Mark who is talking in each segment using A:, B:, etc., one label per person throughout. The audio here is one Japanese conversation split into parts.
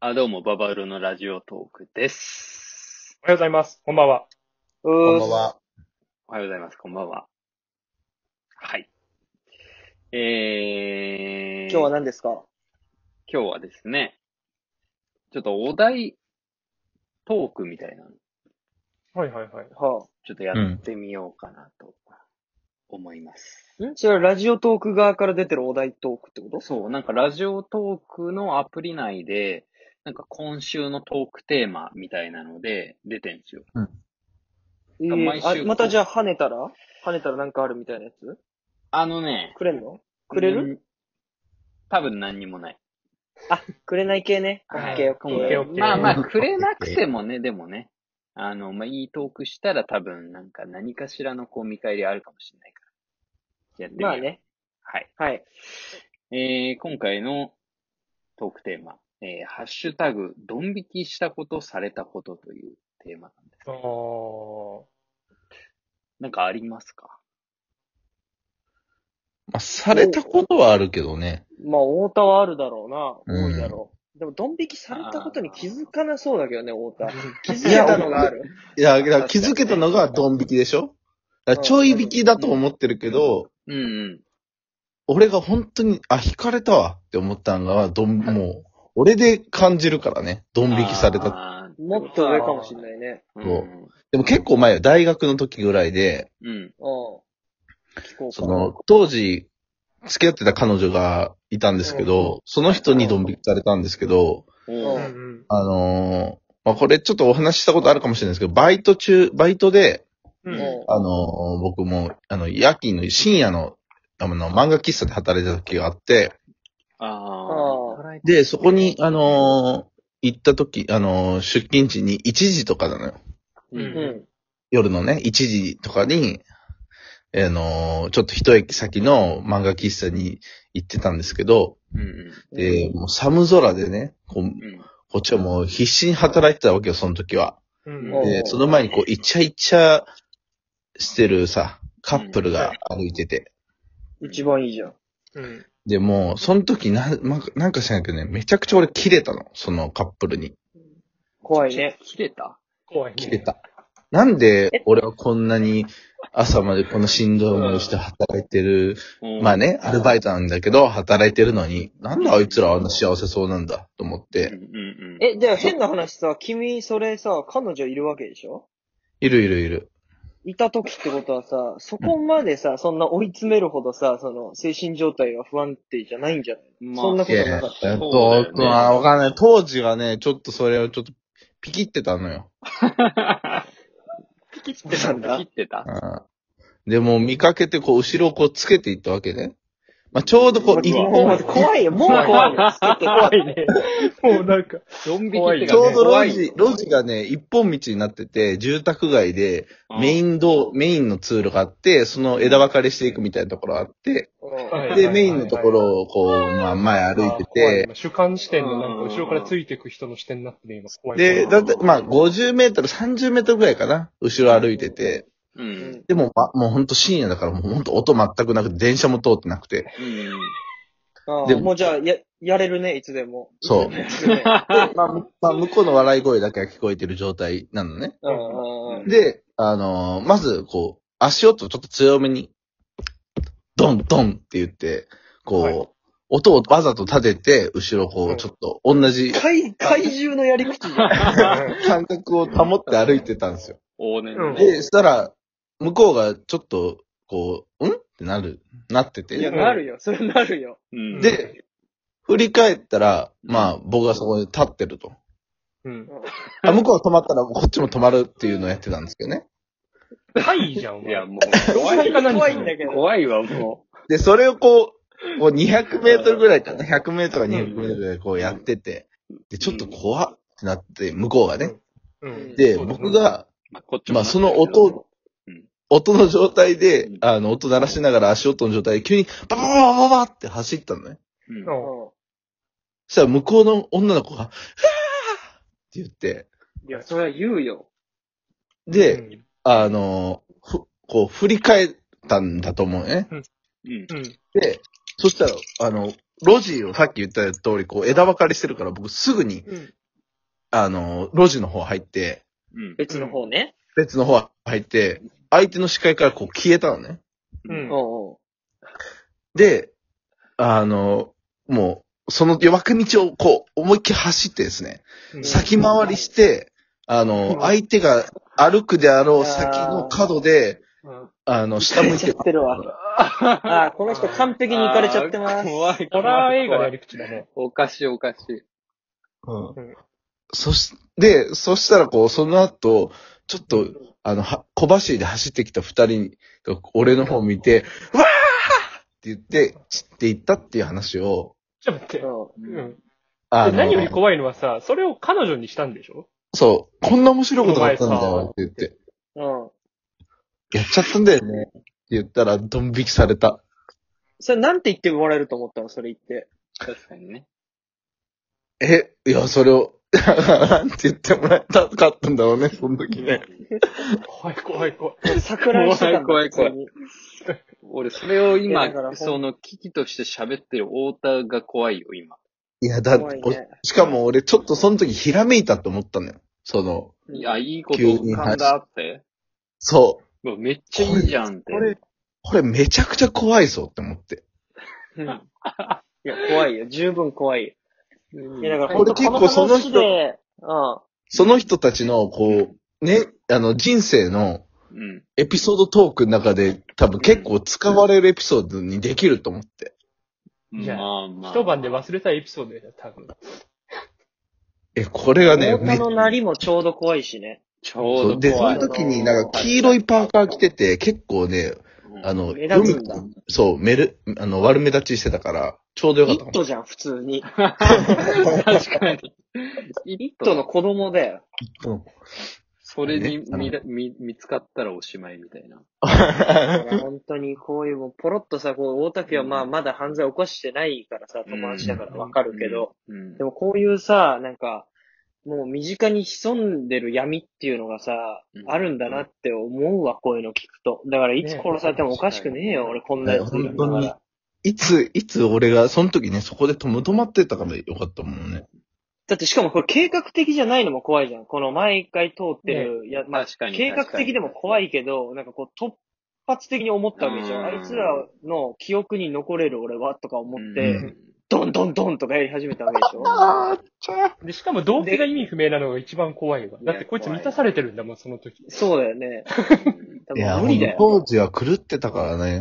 A: あ、どうも、ババウロのラジオトークです。
B: おはようございます。こんばんは。
C: こんばんは。
A: おはようございます。こんばんは。はい。えー、
C: 今日は何ですか
A: 今日はですね、ちょっとお題トークみたいなの、
B: はいはいはい。
C: は
A: ちょっとやってみようかなと思います。
C: あ、んそれはラジオトーク側から出てるお題トークってこと
A: そう、なんかラジオトークのアプリ内で、なんか今週のトークテーマみたいなので出てんすよ。
C: え
A: あ毎週
C: ー、あ、またじゃあ跳ねたら跳ねたらなんかあるみたいなやつ
A: あのね、
C: くれんのくれる、
A: うん多分何にもない。
C: あ、くれない系ね。オ
A: はい
C: ッケーオッ
B: オッケ
C: ケ
B: ーオ
C: ー
B: ッ。ケー
A: まあまあ、くれなくてもね、でもね、あの、まあ、いいトークしたら多分、なんか何かしらのこう見返りあるかもしれないから。やってみよ
C: ま
A: う。
C: あ。ね。
A: はい。
C: はい。
A: えー、今回のトークテーマ、えー、ハッシュタグ、ドン引きしたこと、されたことというテーマなんです。
B: そ
A: なんかありますか
D: まあ、されたことはあるけどね。
C: まあ、太田はあるだろうな。
D: う
C: 多
D: ん
C: いだろう。でも、ドン引きされたことに気づかなそうだけどね、太田。気づけ
D: いや
C: たのがある。
D: いや、だから気づけたのがドン引きでしょだからちょい引きだと思ってるけど、
A: うんうん。
D: 俺が本当に、あ、引かれたわって思ったのが、ドン、もう、俺で感じるからね。ドン引きされた。
A: あー
C: もっと上かもしんないね。
A: う
D: そ
A: ん。
D: でも結構前よ、大学の時ぐらいで、
A: うん。
C: うん。聞こうか。
D: その、当時、付き合ってた彼女がいたんですけど、その人にドン引きされたんですけ
A: お
B: う。
D: ど、
B: う
A: ー
B: ん
D: あのーまあ、これちょっとお話ししたことあるかもしれないですけど、バイト中、バイトで、
B: うん。うん。
C: う
D: あのー、僕も、あの、夜勤の深夜の、あの、漫画喫茶で働いてた時があって、
A: ああ。
D: で、そこに、あのー行った時、あのー出勤時に1時とかなのよ。
A: うん
C: ん。うん。
D: 夜のね、1時とかに、あのーちょっと一駅先の漫画喫茶に行ってたんですけど、
A: うんうん。
D: で、もう寒空でね、こう
A: うん。
D: こっちはもう必死に働いてたわけよ、その時は。
B: うん
C: おう
D: で、その前にこう、イチャイチャしてるさ、カップルが歩いてて。
C: 一番いいじゃん。
B: うん。
D: で、もう、その時な、なんか、なんか知らんけどね、めちゃくちゃ俺切れたの。そのカップルに。
C: 怖いね。
A: 切れた
B: 怖いね。
D: 切れた。なんで、俺はこんなに、朝までこのしんどい思いして働いてる。まあ
A: ね。
D: ね、アルバイトなんだけど、働いてるのに、なんであいつらあんな幸せそうなんだ、と思っ
A: うん
D: て。
A: うんうん。
C: え、じゃあ変な話さ、君、それさ、彼女いるわけでしょ
D: いるいるいる。
C: いた時ってことはさ、そこまでさ、そんな追い詰めるほどさ、その、精神状態が不安定じゃないんじゃない
A: まあ
C: そんないこと
D: や、
C: なかっ
A: だよね
D: 僕はわかんない。当時がね、ちょっとそれをちょっと、ピキってたのよ。
C: た。切ってたんだ
A: 切。ってた
D: うんで、もう見かけて、こう、後ろをこう、つけていったわけね。まあ、ちょうどこう、一
C: もう
D: 本
C: 待って怖いよ、もう怖いよ。つけて怖
B: 怖
C: い。
B: いね。もうなんか。
A: ドン引き
B: 怖い
A: って
B: ね
D: ちょうど
A: 怖
D: 路
A: い
D: 地、路地がね、一本道になってて、住宅街で、 メイ
A: ン。
D: ン道、メインの通路があって、その枝分かれしていくみたいなところがあって、
B: はい
D: で、メインのところをこう、まあ、前歩いてて、
B: 今主観視点のなんか後ろからついてく人の視点になってね、今怖い。
D: で、だって、まあ、50メートル、30メートルぐらいかな、後ろ歩いてて、
A: う。
C: うんん
D: でも、まあ、もうほんと深夜だから、もうほんと音全くなくて、電車も通ってなくて、
A: うん。
C: あ
D: で
C: ー
D: も
C: もうじゃあ、や、やれるね、いつでも。
D: そう。
C: いつでも
D: でまあ、まあ、向こうの笑い声だけが聞こえてる状態なのね。
C: うんうんうん
D: で、あのーまず、こう、足音をちょっと強めに、ドンドンって言って、こう、
B: はい
D: 音をわざと立てて、後ろこ
B: う
D: う、
B: ん
D: ちょっと同じ
C: 怪、怪獣のやり口じ ゃん。
D: 感覚を保って歩いてたんですよ。
A: 往年
B: う
A: の
B: ん
A: ね。
D: で、したら、向こうがちょっと、こう、んってなる、なって
C: いや、
D: て。
C: なるよ。それなるよ。
A: うん
D: で、振り返ったら、まあ、僕がそこで立ってると。
B: うん。
D: あ向こうが止まったら、こっちも止まるっていうのをやってたんですけどね。
B: はいじゃん、お
A: い
B: 前
A: や、もう、怖い。
C: 怖いんだけど。
A: 怖いわ、も
D: で、それをこう、もう200メートルぐらいかな、100メートルか200メートルぐらいこうやってて、で、ちょっと怖っってなって、向こうがね。
B: うん。
D: で、
B: そうだね
D: 僕、が、
A: う。まあ、こっちも
D: まあその音を、音の状態で
A: うん、
D: あの、音鳴らしながら足音の状態で急に、ババババババって走ったのね。
A: うん
B: う。ん
C: う
D: そしたら向こうの女の子が、ふわーって言って、
C: ん。いや、それは言うよ。
D: で、あの、ふ、こう振り返ったんだと思うね。
A: うん。
B: うん。
D: で、そしたら、あの、路地をさっき言った通り、こう、枝分かれしてるから、僕すぐに、
C: うん。
D: あの、路地の方入って、
A: うん。
C: 別の方ね。
D: 別の方入って、相手の視界からこう消えたのね。
B: うん
C: おう
D: で、あの、もう、その脇道をこう、思いっきり走ってですね、
B: うん
D: 先回りして、あの、相手が歩くであろう先の角で、
B: うん
D: あの、
C: お
D: 下
C: う。行
D: 向
C: か
D: い
C: れち
D: て
C: ゃ、ってるわ。ああ、この人完璧に行かれちゃってま
A: あー
C: す。
A: 怖い。
B: ホラー映画の
A: 怖
B: や
A: い
B: り口だね。
A: おかしいおかしい。
D: うんそし、で、そしたらこう、その後、ちょっと、あの、は小走りで走ってきた二人が、俺の方を見て、わーって言って、散っていったっていう話を、
B: ちょっと待って。
C: うん
B: うん。
D: あ
B: で
D: の
B: 何より怖いのはさ、それを彼女にしたんでしょ
D: そう、こんな面白いことがあったんだよって言って、
C: うん。
D: やっちゃったんだよね。って言ったら、ドン引きされた。
C: それなんて言ってもらえると思ったのそれ言って。
A: 確かにね。
D: え、いや、それを、なんて言ってもらえたかったんだろうね、その時ね。
B: 怖い怖い怖い。
C: 桜にしてたんだ
A: 怖い怖い
C: 普通に
A: 俺、それを
C: いやだから
A: 今、
C: ほん
A: その危機として喋ってる太田が怖いよ、今。
D: いや、だって、
C: 怖い
D: お
C: ね。
D: しかも俺、ちょっとその時、ひらめいたと思ったのよ。その、
A: いや、いいこと
D: 急に
A: 浮
D: 走
A: かんだって。
D: そう。
A: うわめっちゃいいじゃんって。
D: これ、これめちゃくちゃ怖いぞって思って。
C: うんいや、怖いよ。十分怖いよ。
A: うん
C: いや、だから
D: これ
C: 本当この
D: 結構その
C: 話
D: 人
C: で、うん。
D: その人たちの、こう、ね、あの、人生の
A: うん。
D: エピソードトークの中で、多分結構使われるエピソードにできると思って。
B: じゃあ
A: まあまあ。
B: 一晩で忘れたエピソードや多分。
D: え、これがね、
C: 太
D: め
C: 田のなりもちょうど怖いしね。
A: ちょ
D: そうう
A: ど
D: で、そ
A: 怖い
D: の。時になんか黄色いパーカー着てて、結構ね、
A: うん
D: あの、
C: 目立つんだ
D: 海そう、める、あの、悪目立ちしてたから、ちょうどよか
C: イ
D: った
C: ットじゃん、普通に。
A: 確かに。
C: イットの子供だよ。
D: と思
A: それに
D: ねあの
A: 見ら見見つかったらおしまいみたいな。
D: う。
C: いや本当にこういうもん、ポロッとさ、こう、大竹はまあ、まだ犯罪起こしてないからさ、友達だからわかるけど、
A: うん。
C: でもこういうさ、なんか、もう身近に潜んでる闇っていうのがさ
A: う、ん
C: あるんだなって思うわ、こういうの聞くと。だからいつ殺されてもおかしくねえよ、
A: ね
C: 俺こんな
D: ね
C: やついるん
D: 本
C: だ
D: 当
C: か
D: に
C: ら。。
D: いつ、いつ俺が、その時ね、そこでとも止まってたからよかったもんね。
C: だってしかもこれ計画的じゃないのも怖いじゃん。この毎回通ってる、や、まあ、
A: 確かに。
C: 計画的でも怖
A: い。
C: いけど、なんかこう突発的に思ったわけじゃん。
A: うん
C: あいつらの記憶に残れる俺はとか思って、
A: うん
C: ドンドンドンとかやり始めたわけでしょ。
D: あーちゃ
B: で、しかも動機が意味不明なのが一番怖いわ。
A: で
B: だってこいつ満たされてるんだもん、その時。
C: そうだよね。多
D: いや、
C: 分無理だよ。
D: 当時は狂ってたからね。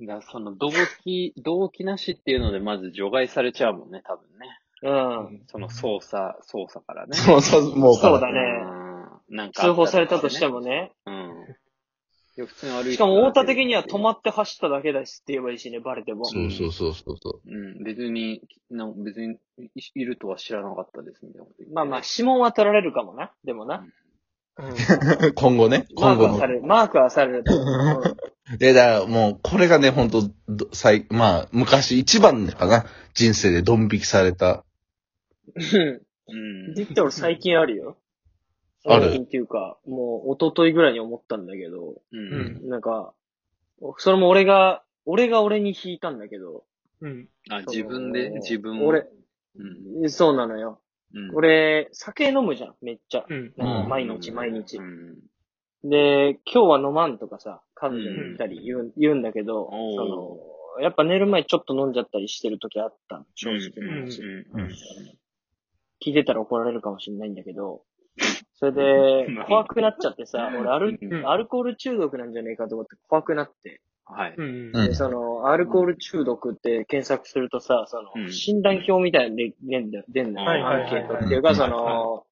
A: だからその動機、動機なしっていうので、まず除外されちゃうもんね、多分ね。
C: うん。
A: その操作、操作からね。
D: そうそう、もうから
C: そうだね
A: うん。なんか、
C: 通報されたとしても。ね。
A: うん。いや、普通に歩いて
C: しかも太田的には止ま
A: っ
C: って走っただけだしって言えばいいしね、バレても。
D: そうそうそうそうそう。
A: うん、別に、な別にい、いるとは知らなかったです、みたいなこと言って
C: まあまあ、指紋は取られるかもな。でもな。
D: 今後ね、
C: マ
D: 今
C: ーク
D: 後
C: はさ
D: の。
C: れる。マークはされると思う。
D: で、だからもう、これがね、ほんと、ど最、まあ、昔一番かな。人生でドン引きされた。
C: うん
A: うん。
C: できた俺最近あるよ。
D: ある
C: 最近っていうか、もう一昨日ぐらいに思ったんだけど、
A: う
B: うん
A: ん。
C: なんか、それも俺が、俺が俺に引いたんだけど。
B: うん。
A: あ、
C: その
A: 自分で、自分を。
C: 俺、
A: うん、
C: そうなのよ。
A: うん。
C: 俺、酒飲むじゃん、めっちゃ。
B: うん。
C: なんか毎日
A: うん
C: 毎日
A: う。ん。
C: で、今日は飲まんとかさ、彼女に言ったり言う,、ん、言うんだけど、
A: お
C: その、やっぱ寝る前ちょっと飲んじゃったりしてる時あったの、正直な話。
A: うんうん
C: 聞いてたら怒られるかもしれないんだけど、それ で
A: まあ、
C: 怖くなっちゃってさ、俺アル、
A: うん
C: アルコール中毒なんじゃねえかと思って怖くなって、
A: はい。
B: うん。
D: うん
C: で、その、アルコール中毒って検索するとさ、その、
A: うん
C: 診断表みたいなので出んだよ、出んだよ、
A: はいはい
C: アン
A: はい
C: ケ
A: はい
C: ートっていうか、その、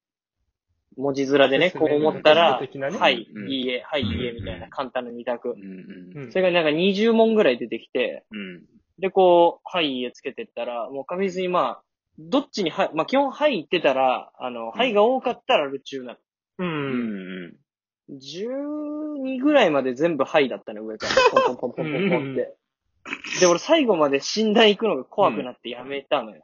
C: 文字面でね、
B: 説
C: こ
B: 明
C: う思ったら、
B: 的なね
C: はい、
A: うん
C: いいえ、はい、
D: うん
C: いいえ、みたいな簡単な二択
A: う。ん。
B: うん
C: それがなんか20問ぐらい出てきて、
A: うん。
C: で、こう、はい、いいえつけてったら、もう確実にまあ、どっちにはい、まあ基本はい言ってたら、あの、はいが多かったらル中なの。
A: う
B: う。
A: んん。
C: 12ぐらいまで全部はいだったの、上から。ポンポンポンポンポンポンって。で、俺最後まで診断行くのが怖くなってやめたのよ。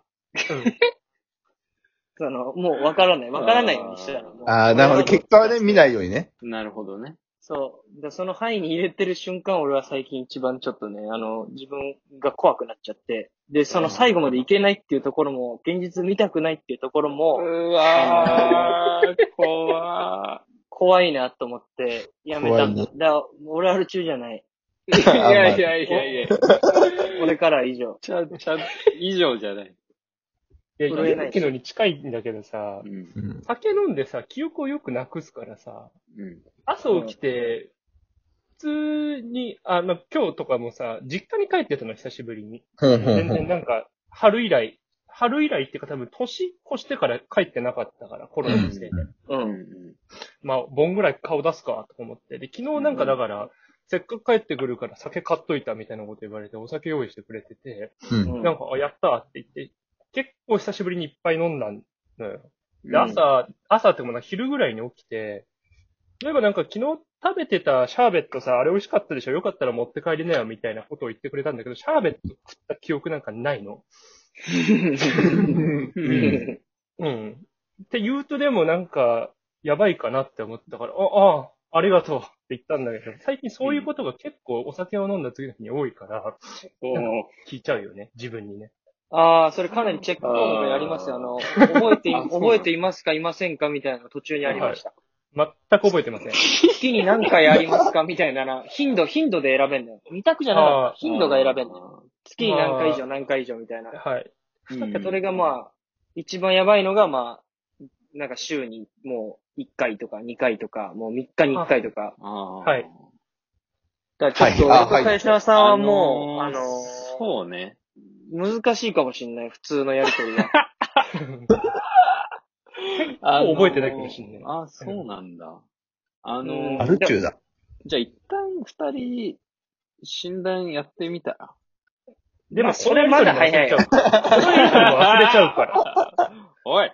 C: その、もうわからない。わからないようにしてたの。もう
D: ああ、なるほど。結果はね、見ないようにね。
A: なるほどね。
C: そう。でその範囲に入れてる瞬間、俺は最近一番ちょっとね、あの、自分が怖くなっちゃって、で、その最後までいけないっていうところも、現実見たくないっていうところも、
A: うわー、怖
C: 怖いなと思って、やめたんだ。
D: 怖い
C: だ俺ある中じゃない。
A: ー。いやいやいやいや。
C: 俺からは以上。
A: ちゃ、ちゃ、以上じゃない。
B: いや、
C: 震えない
B: 勇気のに近いんだけどさ
A: う、ん。
D: うん。
B: 酒飲んでさ、記憶をよくなくすからさ、
A: うん。
B: 朝起きて、普通に、あ、まあ、今日とかもさ、実家に帰ってたの、久しぶりに。
D: ほんほん
B: 全
D: ほ
B: 然
D: ん。
B: なんか、春以来、春以来っていうか多分年越してから帰ってなかったから、コロナのせいで。
C: う。
A: うんん。
B: まあ、盆ぐらい顔出すか、と思って。で、昨日なんかだから、せっかく帰ってくるから酒買っといたみたいなこと言われて、お酒用意してくれてて、
D: うん。
B: なんか、あ、やったーって言って、結構久しぶりにいっぱい飲んだのよ。で、
A: うん
B: 朝、朝ってもな、昼ぐらいに起きて、例えばなんか昨日食べてたシャーベットさ、あれ美味しかったでしょよかったら持って帰りなよみたいなことを言ってくれたんだけど、シャーベット食った記憶なんかないの。
D: うん
B: うん。って言うとでもなんか、やばいかなって思ったから、あ、ああ、ありがとうって言ったんだけど、最近そういうことが結構お酒を飲んだ次の日に多いから、聞いちゃうよね、自分にね。
C: ああ、それかなりチェック項目やりますよ。あの、覚えてい、
A: あそう
C: 覚えていますか、いませんかみたいなの途中にありました。
B: 全く覚えてません。
C: 月に何回ありますかみたいなな、頻度、頻度で選べんだよ。二択じゃなかっ
B: あ
C: た。頻度が選べんだよ。
A: よ。
C: 月に何回以上、何回以上みたいな。
B: はい。
A: うん
C: それがまあ、一番やばいのがまあ、なんか週にもう1回とか2回とか、もう3日に1回とか。
A: ああ。
B: はい
C: だからちょっと、
D: はいあ
C: 俺と会社さんはもう、あ
A: あのー
C: のー
A: そうね。
C: 難しいかもしんない、普通のやりとりが。
A: あのー
B: 覚えてないかもしんない
A: あ、そうなんだ。あの
C: うん
A: ー
D: アルチューだ。
A: じゃあ一旦二人、診断やってみたら。
B: で
C: まあそれまだ早いよ
B: それ以上忘れちゃうから。
A: おい